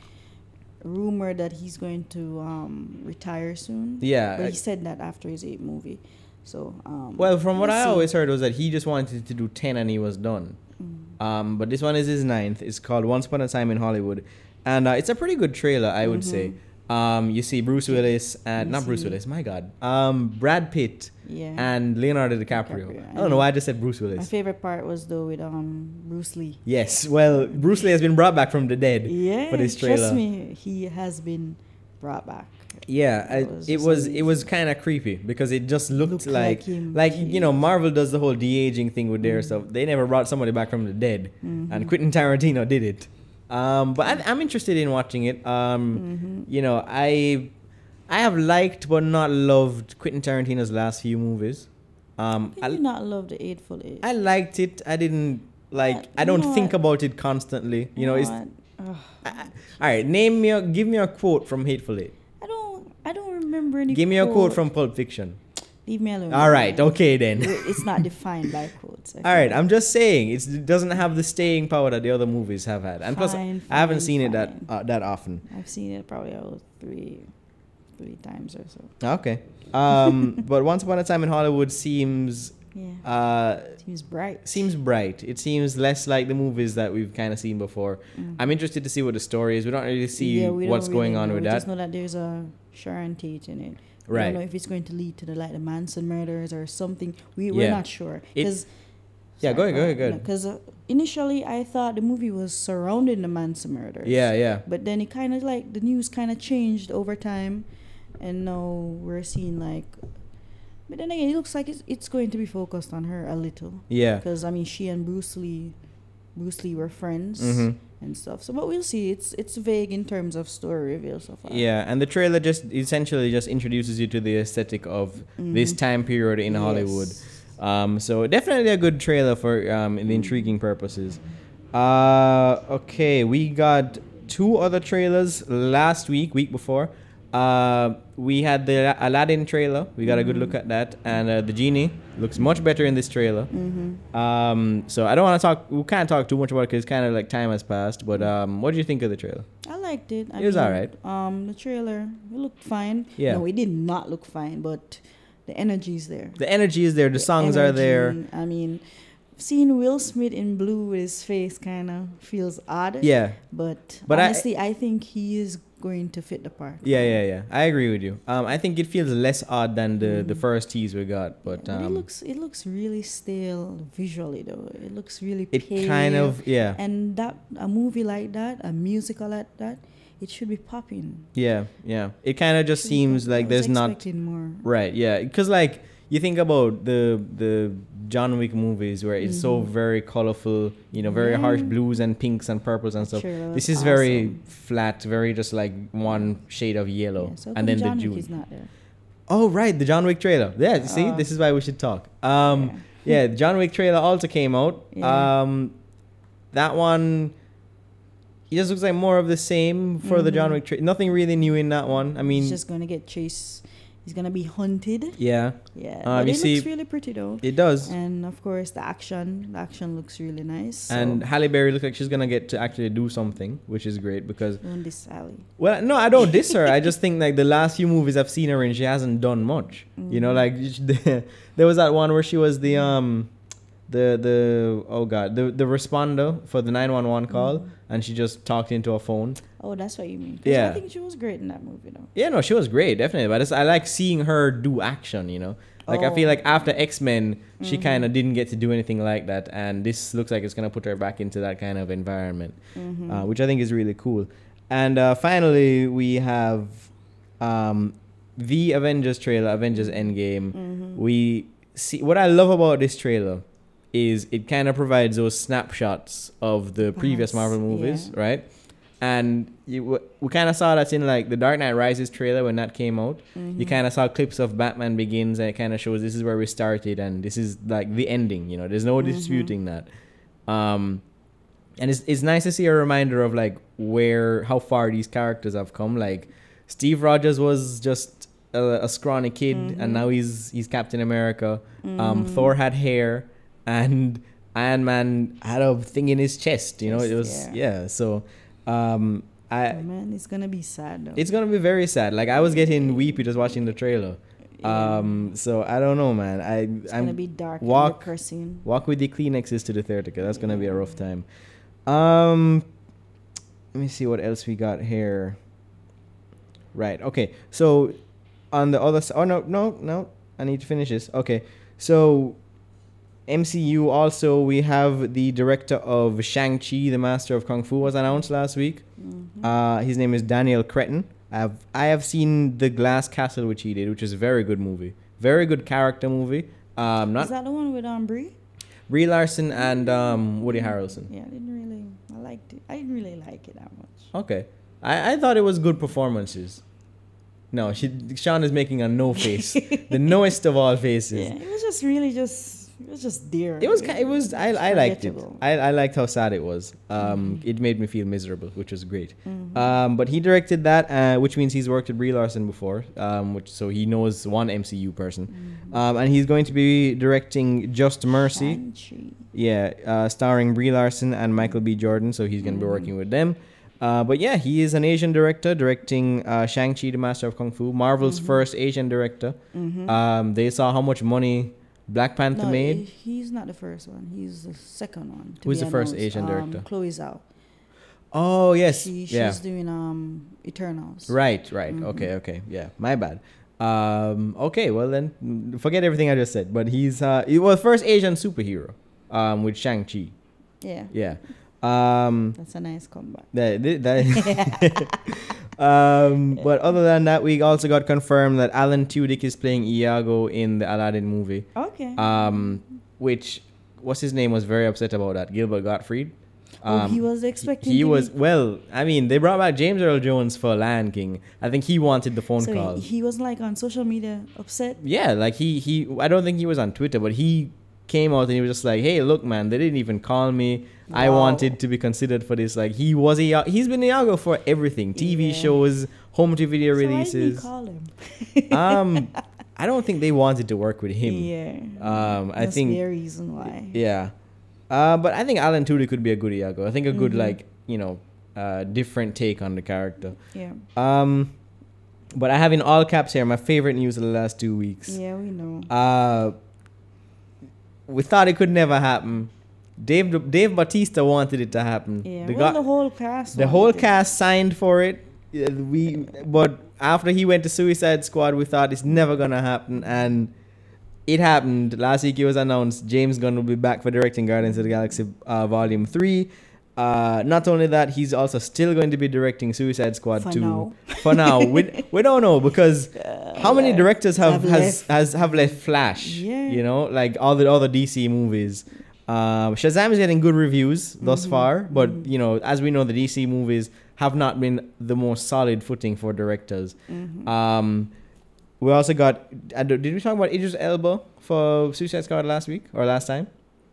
B: rumored that he's going to um, retire soon.
A: Yeah,
B: but
A: I-
B: he said that after his eight movie. So um,
A: Well, from what
B: we'll
A: I
B: see.
A: always heard was that he just wanted to do ten and he was done.
B: Mm,
A: Um, but this one is his ninth. It's called Once Upon a Time in Hollywood, and uh, it's a pretty good trailer, I would say. Um, you see Bruce Willis and
B: Mm-hmm. You
A: not Bruce
B: see-
A: Willis, my God, um, Brad Pitt
B: yeah.
A: and Leonardo DiCaprio.
B: DiCaprio,
A: I don't know why I just said Bruce
B: My
A: Willis.
B: favorite part was though with um Bruce Lee.
A: yes, well, Bruce Lee has been brought back from the dead
B: Yeah,
A: for this trailer.
B: trust me, he has been brought back.
A: Yeah, I,
B: That was
A: it
B: just
A: was it was kind of creepy because it just looked,
B: Looked
A: like
B: like
A: like,
B: him.
A: you know Marvel does the whole de aging thing with
B: Mm-hmm.
A: their stuff. They never brought somebody back from the dead, and Quentin Tarantino did it. Um, but I, I'm interested in watching it.
B: Mm-hmm.
A: Um, You know, I I have liked but not loved Quentin Tarantino's last few movies. Um,
B: I
A: I,
B: did not love the Eightful Eight.
A: I liked it. I didn't like.
B: Yeah,
A: I
B: you
A: don't
B: know
A: think
B: what?
A: about it constantly. You know, it's
B: what? Ugh.
A: I, I- all right. Name me. A, give me a quote from Hateful Eight.
B: I don't. I don't remember any.
A: Give me a quote from Pulp Fiction.
B: Leave me alone.
A: All right, okay then.
B: It- It's not defined by quotes.
A: All right, I'm just saying it's, it doesn't have the staying power that the other movies have had, and plus
B: Fine,
A: I haven't
B: fine,
A: seen it that
B: fine.
A: uh, that often.
B: I've seen it probably oh, three, three times or so.
A: Okay, um, but Once Upon a Time in Hollywood seems
B: Yeah.
A: uh,
B: Seems bright.
A: seems bright. It seems less like the movies that we've kind of seen before. I'm interested to see what the story is. We don't really see
B: Mm. Yeah, we don't
A: what's going
B: really
A: on
B: know.
A: with
B: we
A: that.
B: just know that there's a Sharon Tate in it. We
A: Right.
B: don't know if it's going to lead to the like the Manson murders or something. We we're
A: Yeah.
B: not sure.
A: It-
B: 'Cause-
A: Yeah, go ahead, go ahead, go ahead.
B: Because uh, initially I thought the movie was surrounding the Manson murders.
A: yeah, yeah.
B: But then it kind of like the news kind of changed over time, and now we're seeing like. But then again, it looks like it's, it's going to be focused on her a little.
A: Yeah.
B: Because I mean, she and Bruce Lee, Bruce Lee were friends
A: Mhm.
B: and stuff. So, but we'll see. It's it's vague in terms of story reveal so far.
A: Yeah, and the trailer just essentially just introduces you to the aesthetic of this
B: Mm-hmm.
A: time period in Hollywood. Um, so definitely a good trailer for um, the intriguing purposes. Uh, okay, we got two other trailers last week, week before. Uh, we had the Aladdin trailer. We got a good look at that, and uh, the genie looks much better in this trailer.
B: Mm-hmm.
A: Um, so I don't want to talk. We can't talk too much about it because kind of like time has passed. But um, what do you think of the trailer?
B: I liked it. I
A: It was
B: mean,
A: alright.
B: Um, the trailer it looked fine.
A: Yeah.
B: No, it did not look fine, but the energy's there.
A: The energy is there. The songs are there.
B: energy, I mean, seeing Will Smith in blue with his face kind of feels odd.
A: Yeah.
B: But,
A: But I-
B: honestly, I, think he is going to fit the part.
A: Yeah, yeah, yeah. I agree with you. Um, I think it feels less odd than the, the first tease we got, but
B: it
A: um,
B: looks it looks really stale visually though. It looks really
A: it
B: pale.
A: kind of yeah,
B: and that a movie like that, a musical like that, it should be popping.
A: yeah, yeah. It kind of just
B: Should be
A: seems
B: popping. I
A: like
B: was
A: there's not
B: expecting more.
A: right, yeah, because like you think about the the John Wick movies where it's so
B: Mm-hmm.
A: very colorful, you know, very harsh blues and pinks and purples and stuff.
B: Sure,
A: this is
B: that's
A: very
B: awesome.
A: flat, very just like one shade of yellow,
B: Yeah, so
A: and then
B: John
A: the
B: Wick
A: June.
B: is not there.
A: Oh right, the John Wick trailer. Yeah, you see,
B: Oh.
A: this is why we should talk. Um, yeah. the John Wick trailer also came out.
B: Yeah.
A: Um, that one, it just looks like more of the same for the John Wick trailer. Nothing really new in that one. I mean,
B: he's Mm-hmm. just gonna get chased. He's gonna be hunted.
A: yeah,
B: Yeah,
A: Um,
B: but
A: you
B: it
A: see-
B: looks really pretty though.
A: it does.
B: And of course, the action. The action looks really nice. So
A: And Halle Berry looks like she's gonna get to actually do something, which is great because
B: on this alley.
A: Well, no, I don't diss her. I just think like the last few movies I've seen her in, she hasn't done much. You
B: Mm.
A: know, like sh- there was that one where she was the um, the the oh god, the the responder for the nine one one call,
B: Mm.
A: and she just talked into a phone.
B: Oh, that's what you mean. 'Cause
A: Yeah.
B: I think she was great in that movie though.
A: Yeah, no, she was great, definitely. But I, just, I like seeing her do action. You know, like I feel
B: Oh.
A: like after X Men, she kind of didn't get to do anything like that, and this looks like it's gonna put her back into that kind of environment,
B: Mm-hmm. Mm.
A: uh, which I think is really cool. And uh, finally, we have um, the Avengers trailer, Avengers Endgame.
B: Mm-hmm.
A: We see what I love about this trailer is it kind of provides those snapshots of the previous
B: Past,
A: Marvel movies,
B: yeah.
A: right? And you, we kind of saw that in like the Dark Knight Rises trailer when that came out.
B: Mm-hmm.
A: You kind of saw clips of Batman Begins, and it kind of shows this is where we started, and this is like the ending. You know, there's no disputing that. Um, and it's it's nice to see a reminder of like where how far these characters have come. Like Steve Rogers was just a, a scrawny kid, and now he's he's Captain America. Um,
B: Mm-hmm.
A: Thor had hair, and Iron Man had a thing in his chest. You know, it
B: Chest,
A: was yeah.
B: yeah.
A: so, um,
B: Oh,
A: I
B: man, it's gonna be sad though.
A: it's gonna be very sad. Like I was getting weepy just watching the trailer. Um, so I don't know, man. I
B: It's
A: I'm
B: gonna be dark
A: walk-
B: and depressing.
A: Walk with the Kleenexes to the theater. That's gonna be a rough time. Um, let me see what else we got here. Right. Okay. So on the other side. Oh no, no, no. I need to finish this. Okay. So MCU also we have the director of Shang Chi, the Master of Kung Fu, was announced last week. Uh, his name is Daniel Cretton. I've I have seen The Glass Castle, which he did, which is a very good movie, very good character movie. Um, not
B: Is that the one with um, Brie?
A: Brie Larson and um, Woody Harrelson.
B: Yeah, I didn't really. I liked it. I didn't really like it that much.
A: Okay, I, I thought it was good performances. No, she Sean is making a no face, the noest of all faces.
B: Yeah, it was just really just. It was just dear.
A: It was ki- it was I, I liked it.
B: Forgettable. Mm-hmm.
A: I, I liked how sad it was. Um, It made me feel miserable, which was great. Um, but he directed that, uh, which means he's worked with Brie Larson before, um, which so he knows one MCU person, um, and he's going to be directing Just Mercy.
B: Shang-Chi.
A: Yeah, uh, starring Brie Larson and Michael B. Jordan, so he's
B: Mm-hmm.
A: going to be working with them. Uh, but yeah, he is an Asian director directing uh, Shang-Chi, the Master of Kung Fu, Marvel's
B: Mm-hmm.
A: first Asian director. Um, they saw how much money Black Panther
B: No,
A: made.
B: Mm-hmm. he- he's not the first one. He's the second one. to
A: Who's
B: be
A: the first
B: announced.
A: Asian
B: Um,
A: director?
B: Chloe Zhao.
A: oh, yes.
B: She, she's Mm-hmm.
A: yeah.
B: doing um Eternals.
A: Right, right. Okay, okay. Yeah, my bad. Um, okay, well then, mm, forget everything I just said. But he's, uh, he was first Asian superhero um, with Shang-Chi.
B: Yeah.
A: Yeah. Um,
B: That's a nice comeback.
A: That, thi- that um, but other than that, we also got confirmed that Alan Tudyk is playing Iago in the Aladdin movie.
B: Okay.
A: Um, which what's his name was very upset about that. Gilbert Gottfried. Um,
B: Oh, he was expecting
A: He
B: to
A: was
B: be-
A: well. I mean, they brought back James Earl Jones for Lion King. I think he wanted the phone
B: so he-
A: call.
B: he was like on social media upset.
A: yeah, like he he. I don't think he was on Twitter, but he came out and he was just like, "Hey, look, man, they didn't even call me. I
B: Wow.
A: wanted to be considered for this." Like he was a he's been Iago for everything, TV
B: Yeah.
A: shows, home to video
B: So why did he
A: releases.
B: call him?
A: um, I don't think they wanted to work with him.
B: Yeah.
A: Um, I
B: That's
A: think
B: the reason why.
A: yeah. Uh, but I think Alan Tudyk could be a good Iago. I think a good
B: Mm-hmm.
A: like you know uh, different take on the character.
B: Yeah.
A: Um, but I have in all caps here my favorite news of the last two weeks.
B: Yeah, we know.
A: Uh, we thought it could never happen. Dave Dave Batista wanted it to happen.
B: Yeah.
A: Um, the,
B: well,
A: go-
B: the whole cast.
A: the whole
B: wanted it.
A: cast signed for it. Uh, We but after he went to Suicide Squad, we thought it's never gonna happen, and it happened. Last week it was announced James Gunn will be back for directing Guardians of the Galaxy uh, Volume Three. Uh, not only that, he's also still going to be directing Suicide Squad
B: For
A: 2.
B: now.
A: For now, we, we don't know because How many
B: left-
A: directors have has,
B: have left.
A: has have left Flash?
B: Yeah.
A: You know, like all the all the DC movies. Um, Shazam is getting good reviews
B: Mm-hmm.
A: thus far, but you know, as we know, the DC movies have not been the most solid footing for directors.
B: Mm-hmm.
A: Um, we also got. I don't- Did we talk about Idris Elba for Suicide Squad last week or last time?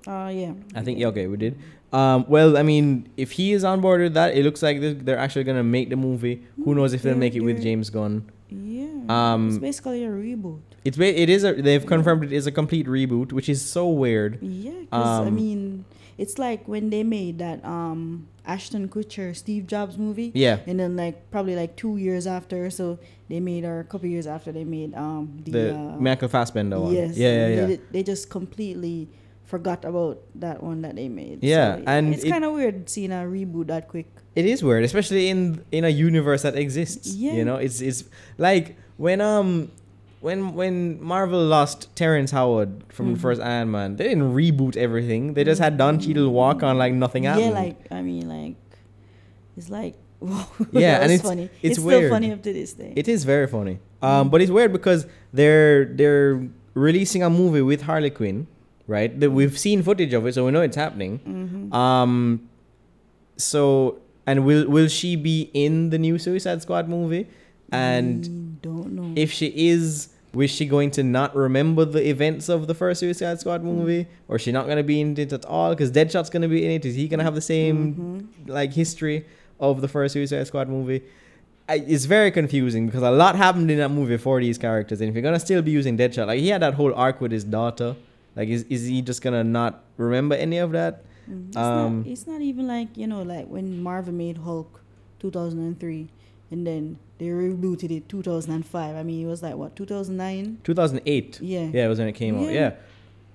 B: Oh yeah.
A: I think yeah, okay, we did. Um, well, I mean, if he is on board with that, it looks like this- they're actually gonna make the movie. Who knows if they'll
B: Mm, Yeah,
A: make it with
B: yeah.
A: James Gunn?
B: Yeah.
A: Um,
B: it's basically a reboot.
A: It's ba- it is a, they've confirmed it is a complete reboot, which is so weird.
B: Yeah, 'cause, I
A: Um,
B: mean, it's like when they made that um Ashton Kutcher Steve Jobs movie.
A: Yeah,
B: And then like probably like two years after, so they made or a couple years after they made um the,
A: the
B: uh,
A: Michael Fassbender one.
B: yes
A: yeah, yeah, yeah.
B: They, they just completely forgot about that one that they made.
A: Yeah,
B: it-
A: and
B: it's
A: it-
B: kind of weird seeing a reboot that quick.
A: It is weird, especially in in a universe that exists.
B: Yeah.
A: You know, it's it's like when um when when Marvel lost Terrence Howard from
B: Mm.
A: the first Iron Man, they didn't reboot everything. They just had Don Cheadle walk on like nothing
B: Mm. yeah,
A: happened.
B: like I mean, like it's like wow,
A: Yeah,
B: that
A: and
B: was
A: it's-
B: funny.
A: it's
B: still
A: weird.
B: funny up to this day.
A: It is very funny. Um, but it's weird because they're they're releasing a movie with Harley Quinn, right? That we've seen footage of it, so we know it's happening.
B: Mm-hmm.
A: Um, so and will will she be in the new Suicide Squad movie? And
B: We don't know.
A: if she is, was she going to not remember the events of the first Suicide Squad movie, or is she not going to be in it at all? Because Deadshot's going to be in it. Is he going to have the same
B: Mm-hmm.
A: like history of the first Suicide Squad movie? I, it's very confusing because a lot happened in that movie for these characters, and if you're gonna still be using Deadshot, like he had that whole arc with his daughter, like is is he just gonna not remember any of that?
B: Mhm. It's,
A: Um,
B: not, it's not even like you know, like when Marvel made Hulk, two thousand and three, and then they rebooted it two thousand and five. I mean, it was like what two thousand nine.
A: 2008.
B: Yeah.
A: Yeah, it was when it came out.
B: Yeah.
A: Yeah.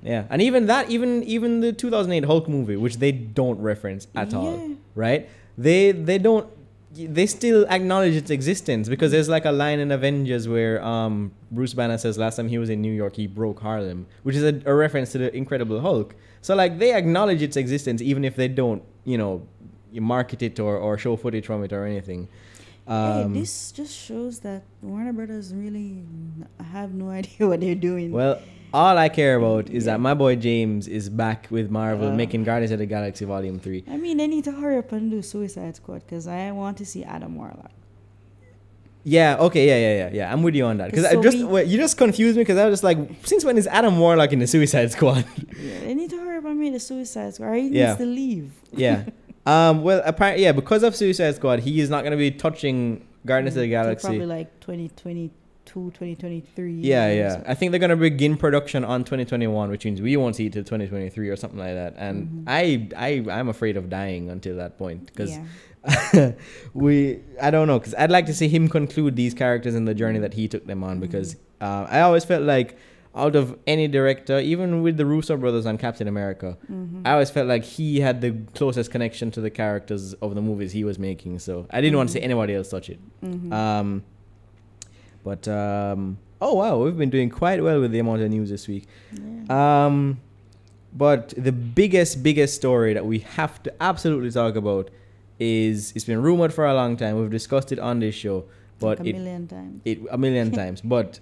A: Yeah. And even that, even even the 2008 Hulk movie, which they don't reference at all,
B: Yeah.
A: right? They they don't they still acknowledge its existence because there's like a line in Avengers where um, Bruce Banner says last time he was in New York he broke Harlem, which is a, a reference to the Incredible Hulk. So like they acknowledge its existence even if they don't, you know, market it or, or show footage from it or anything. Um,
B: hey, this just shows that Warner Brothers really n- have no idea what they're doing.
A: Well, all I care about is
B: Yeah.
A: that my boy James is back with Marvel
B: Uh.
A: making Guardians of the Galaxy Volume 3.
B: I mean, they need to hurry up and do Suicide Squad because I want to see Adam Warlock.
A: Yeah, okay, yeah, yeah, yeah, yeah. I'm with you on that. Because I
B: So
A: just,
B: we-
A: wait, you just confused me because I was just like, since when is Adam Warlock in the Suicide Squad?
B: Yeah, they need to hurry up and make the Suicide Squad. Or he
A: Yeah.
B: needs to leave.
A: yeah. Um, well, apparently, yeah, because of Suicide Squad, he is not going to be touching Guardians of the
B: Till
A: Galaxy.
B: Mm, Probably like 2022, 2023.
A: Yeah,
B: or
A: yeah.
B: something.
A: I think they're gonna begin production on 2021, which means we won't see it till 2023 or something like that. And
B: Mm-hmm.
A: I, I, I'm afraid of dying until that point because
B: Yeah.
A: we i don't know because i'd like to see him conclude these characters and the journey that he took them on because uh, i always felt like out of any director even with the russo brothers on captain america
B: Mm-hmm.
A: i always felt like he had the closest connection to the characters of the movies he was making so i didn't want to see anybody else touch it
B: Mm-hmm.
A: um, but um, oh wow we've been doing quite well with the amount of news this week
B: Yeah.
A: um, but the biggest, biggest story that we have to absolutely talk about is it's been rumored for a long time. We've discussed it on this show, but
B: like a
A: it,
B: million times.
A: it a million times. But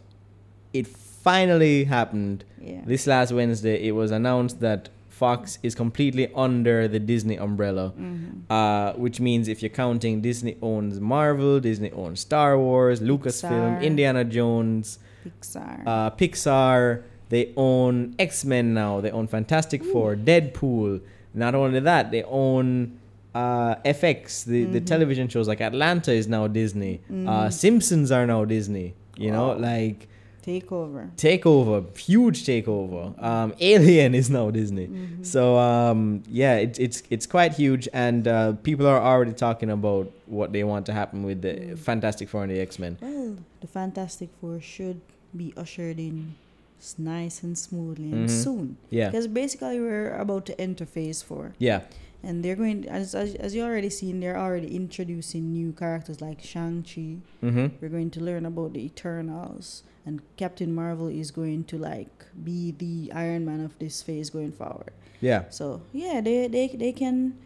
A: it finally happened
B: Yeah.
A: this last Wednesday. It was announced that Fox is completely under the Disney umbrella,
B: Mm-hmm.
A: uh, which means if you're counting, Disney owns Marvel, Disney owns Star Wars, Lucasfilm,
B: Pixar.
A: Indiana Jones,
B: Pixar.
A: uh, Pixar. They own X Men now. They own Fantastic Four, Deadpool. Not only that, they own uh, FX, the, the television shows like Atlanta is now Disney. Uh, Simpsons are now Disney. You know,
B: Wow.
A: like
B: Takeover.
A: takeover, huge takeover. Um, Alien is now Disney.
B: Mm-hmm. Mm.
A: So um, yeah, it, it's it's quite huge, and uh, people are already talking about what they want to happen with the Fantastic Four and the X Men.
B: Well, the Fantastic Four should be ushered in s- nice and smoothly and Mm-hmm.
A: Mhm.
B: soon.
A: Yeah,
B: Because basically, we're about to enter phase four.
A: yeah,
B: And they're going, as, as, as you already seen, they're already introducing new characters like Shang-Chi.
A: hmm
B: We're going to learn about the Eternals. And Captain Marvel is going to like be the Iron Man of this phase going forward.
A: yeah.
B: So yeah, they they they can.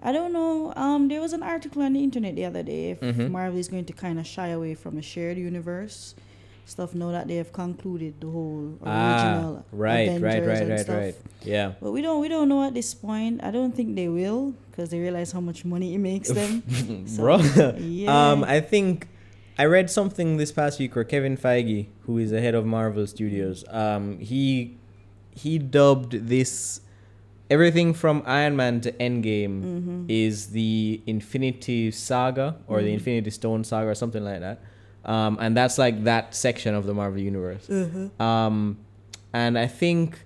B: I don't know. Um, there was an article on the internet the other day if
A: Mhm.
B: Marvel is going to kind of shy away from the shared universe, stuff now that they have concluded the whole
A: Ah,
B: original
A: right,
B: Avengers
A: right, right,
B: and
A: right,
B: stuff.
A: right. Yeah.
B: But we don't we don't know at this point. I don't think they will because they realize how much money it makes them. So,
A: Bro.
B: yeah.
A: Um, I think I read something this past week where Kevin Feige, who is the head of Marvel Studios, um, he he dubbed this everything from Iron Man to Endgame
B: Mm-hmm.
A: is the Infinity Saga or the Infinity Stone Saga or something like that. Um, and that's like that section of the Marvel Universe.
B: Mm-hmm.
A: Um, and I think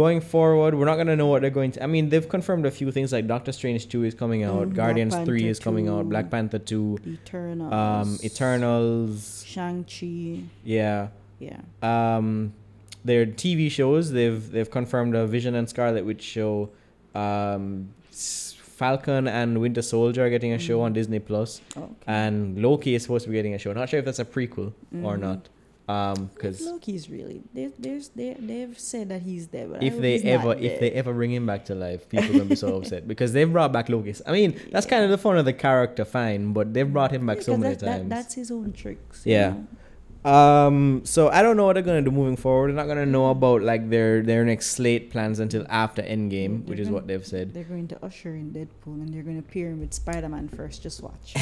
A: going forward, we're not gonna know what they're going to. I mean, they've confirmed a few things like Doctor Strange Two is coming out,
B: Mm, Black
A: Guardians Three
B: Panther
A: is coming out,
B: 2.
A: Black Panther Two,
B: Eternals.
A: um, Eternals,
B: Shang Chi.
A: yeah.
B: Yeah.
A: Um, their TV shows they've they've confirmed a Vision and Scarlet Witch show, um, S- Falcon and Winter Soldier are getting a show
B: Mm.
A: on Disney Plus,
B: Okay.
A: and Loki is supposed to be getting a show. Not sure if that's a prequel
B: Mm. Mm-hmm.
A: or not, um, because.
B: Loki's really they, there's they they've said that he's there, but I
A: if
B: hope
A: they
B: he's
A: ever
B: not
A: if they
B: there.
A: ever bring him back to life, people gonna be so upset because they've brought back Loki. I mean, that's kind of the fun of the character, fine, but they've brought him back
B: Yeah,
A: so
B: 'cause
A: many
B: that, that-
A: times.
B: that's his own tricks. you
A: Yeah.
B: know?
A: um, so I don't know what they're gonna do moving forward. They're not gonna know about like their their next slate plans until after Endgame,
B: They're
A: which is
B: gonna-
A: what they've said.
B: They're going to usher in Deadpool and they're going to pair him with Spider Man first. Just watch.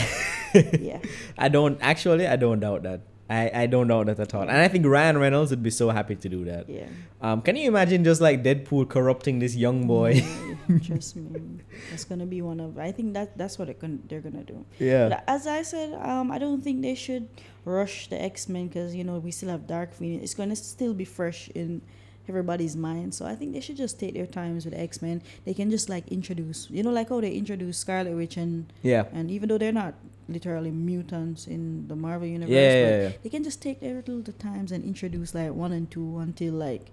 B: yeah.
A: I don't actually. I don't doubt that. I, I don't doubt that at all. And I think Ryan Reynolds would be so happy to do that.
B: Yeah.
A: Um, can you imagine just like Deadpool corrupting this young boy?
B: Yeah, Trust me. That's going to be one of. I think that that's what they're going they're gonna do.
A: yeah.
B: But as I said, um, I don't think they should rush the X Men because, you know, we still have Dark Phoenix. It's going to still be fresh in everybody's mind. So I think they should just take their times with X Men. They can just, like, introduce, you know, like how they introduced Scarlet Witch and
A: Yeah.
B: and even though they're not literally mutants in the Marvel universe,
A: Yeah,
B: but
A: yeah, yeah.
B: they can just take their little t- times and introduce like one and two until like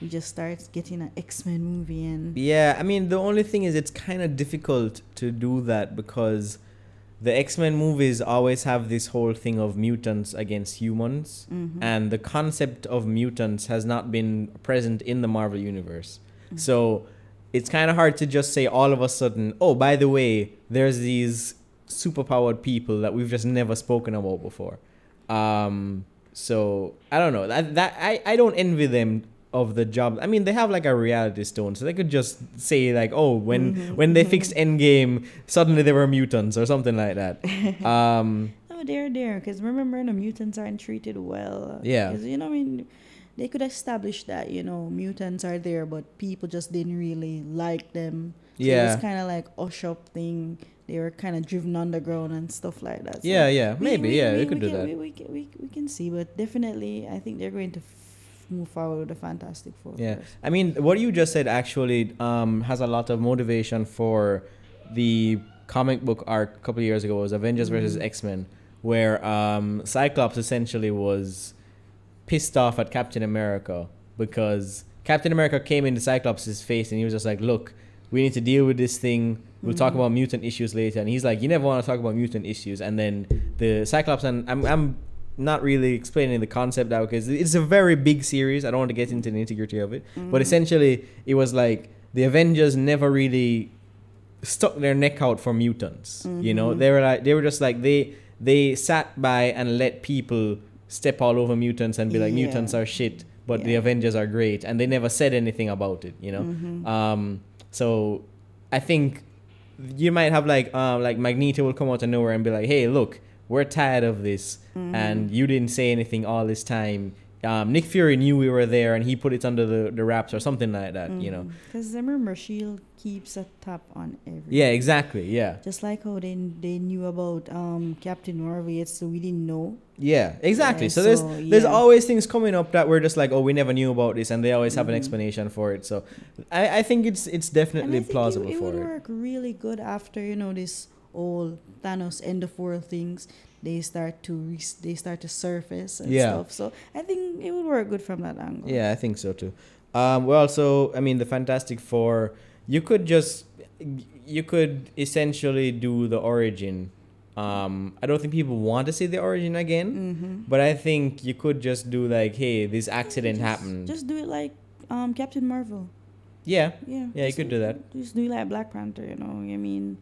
B: we just start getting an X Men movie and
A: Yeah, I mean the only thing is it's kind of difficult to do that because the X Men movies always have this whole thing of mutants against humans,
B: Mm-hmm.
A: and the concept of mutants has not been present in the Marvel universe.
B: Mm-hmm.
A: So it's kind of hard to just say all of a sudden, oh, by the way, there's these superpowered people that we've just never spoken about before. Um, so I don't know that that I, I don't envy them of the job. I mean, they have like a reality stone, so they could just say like, oh, when
B: Mm-hmm.
A: when they fixed Endgame, suddenly they were mutants or something like that. um,
B: oh they're there because remember the mutants aren't treated well
A: Yeah.
B: 'Cause, you know I mean they could establish that you know mutants are there but people just didn't really like them so
A: Yeah.
B: it's kind of like Ush up thing they were kind of driven underground and stuff like that so
A: yeah, yeah,
B: We-
A: maybe,
B: we-
A: yeah,
B: we,
A: they could
B: we
A: do
B: can,
A: that.
B: We, we, can, we, we can see, but definitely, I think they're going to f- move forward with the Fantastic Four.
A: Yeah,
B: first.
A: I mean, what you just said actually um, has a lot of motivation for the comic book arc a couple of years ago was Avengers versus X Men, where um, Cyclops essentially was pissed off at Captain America because Captain America came into Cyclops' face and he was just like, "Look, we need to deal with this thing. We'll talk about mutant issues later." And he's like, "You never want to talk about mutant issues." And then the Cyclops and I'm I'm not really explaining the concept out because it's a very big series. I don't want to get into the nitty gritty of it,
B: Mm.
A: but essentially it was like the Avengers never really stuck their neck out for mutants. You know,
B: Mm-hmm.
A: they were like they were just like they they sat by and let people step all over mutants and be like
B: Yeah.
A: mutants are shit, but the
B: Yeah.
A: Avengers are great, and they never said anything about it. You know,
B: Mm-hmm. Mm.
A: um, so I think you might have like um, like Magneto will come out of nowhere and be like, hey, look, we're tired of this, and you didn't say anything all this time. Um, Nick Fury knew we were there, and he put it under the, the wraps or something like that. You know,
B: Because Mm-hmm. remember, Shield E keeps a tap on everything.
A: yeah, exactly, yeah.
B: Just like how they, they knew about um, Captain Marvel, yet so we didn't know.
A: Yeah, exactly.
B: Yeah,
A: so, there's
B: so,
A: there's
B: yeah.
A: always things coming up that we're just like, oh, we never knew about this, and they always have an explanation for it. So I, Mm-hmm. I think it's it's
B: And I
A: definitely
B: think it-
A: plausible
B: it,
A: for
B: would
A: it.
B: work really good after, you know, this old Thanos end of world things. They start to re- they start to surface and
A: Yeah.
B: stuff. So I think it would work good from that angle.
A: Yeah, I think so too. Um, well, so I mean, the Fantastic Four, you could just you could essentially do the origin. Um, I don't think people want to see the origin again,
B: Mm-hmm.
A: but I think you could just do like, hey, this accident
B: Just-
A: happened.
B: Just do it like um, Captain Marvel.
A: yeah,
B: Yeah.
A: Yeah, you
B: just
A: could do that.
B: Just do like Black Panther, you know. I mean,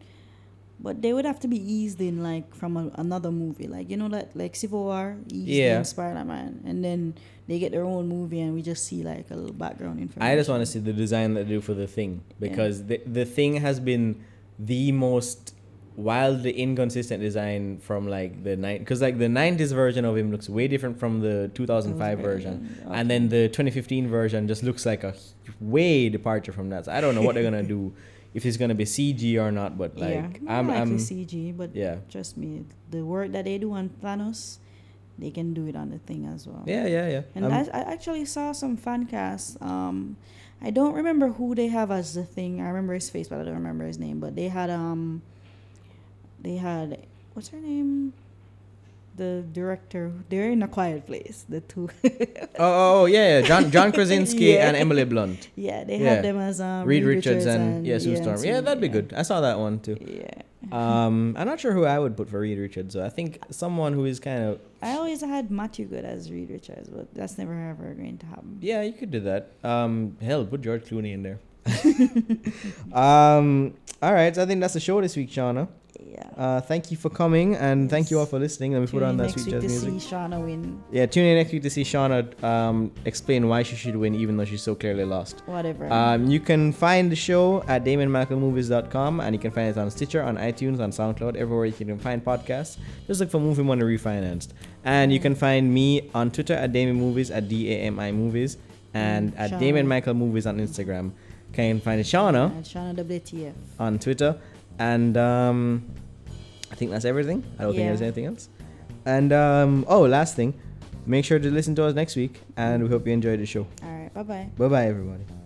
B: but they would have to be eased in like from a, another movie like you know that like civil war eased
A: Yeah.
B: in spider-man and then they get their own movie and we just see like a little background information
C: I just want to see the design that they do for the thing
B: Yeah.
C: because the the thing has been the most wildly inconsistent design from like the nine because like the 90s version of him looks way different from the
B: Oh,
C: 2005 version and then the 2015 version just looks like a h- way departure from that so i don't know what they're gonna do if it's gonna be cg or not but like
B: yeah,
C: i'm
B: I'm,
C: i'm
B: cg but
C: yeah
B: trust me the work that they do on thanos they can do it on the thing as well
C: yeah yeah yeah
B: Oh. And
C: I'm-
B: I, I actually saw some fan casts. Um, I don't remember who they have as the thing. I remember his face, but I don't remember his name. But they had um, they had what's her name? The director. They're in a quiet place. The two.
C: oh, oh yeah, yeah john john krasinski
B: Yeah.
C: and emily blunt
B: yeah, they
C: Yeah.
B: had them as um.
C: reed richards, and, yeah sue storm yeah
B: Sue,
C: that'd be good i saw that one too
B: Yeah,
C: um i'm not sure who i would put for reed richards so i think someone who is kind of
B: I always had Matthew Good as Reed Richards, but that's never ever going to happen.
C: yeah you could do that um hell put george clooney in there
A: Um, all right, so I think that's the show this week, Shauna.
B: Yeah.
A: Uh, thank you for coming and thank you all
B: Yes.
A: for listening. Let me put
B: Tune
A: on
B: in
A: that
B: next
A: sweet
B: week
A: jazz
B: to
A: music.
B: see Shauna win
A: Yeah, tune in next week to see Shauna um, explain why she should win, even though she's so clearly lost.
B: whatever.
A: Um, you can find the show at DamonMichaelMovies.com and you can find it on Stitcher, on iTunes, on SoundCloud, everywhere you can find podcasts. Just look for Movie Money Refinanced. And you can find me on Twitter at Damon Movies, at D A M I Movies, and
B: Mm,
A: at
B: Shauna.
A: Damon Michael Movies on Instagram. Can find Shauna
B: and Shauna WTF.
A: on Twitter. And um, I think that's everything. I don't think
B: Yeah.
A: there's anything else. And um, oh, last thing, make sure to listen to us next week. And we hope you enjoyed the show.
B: All right. Bye bye.
A: Bye bye, everybody.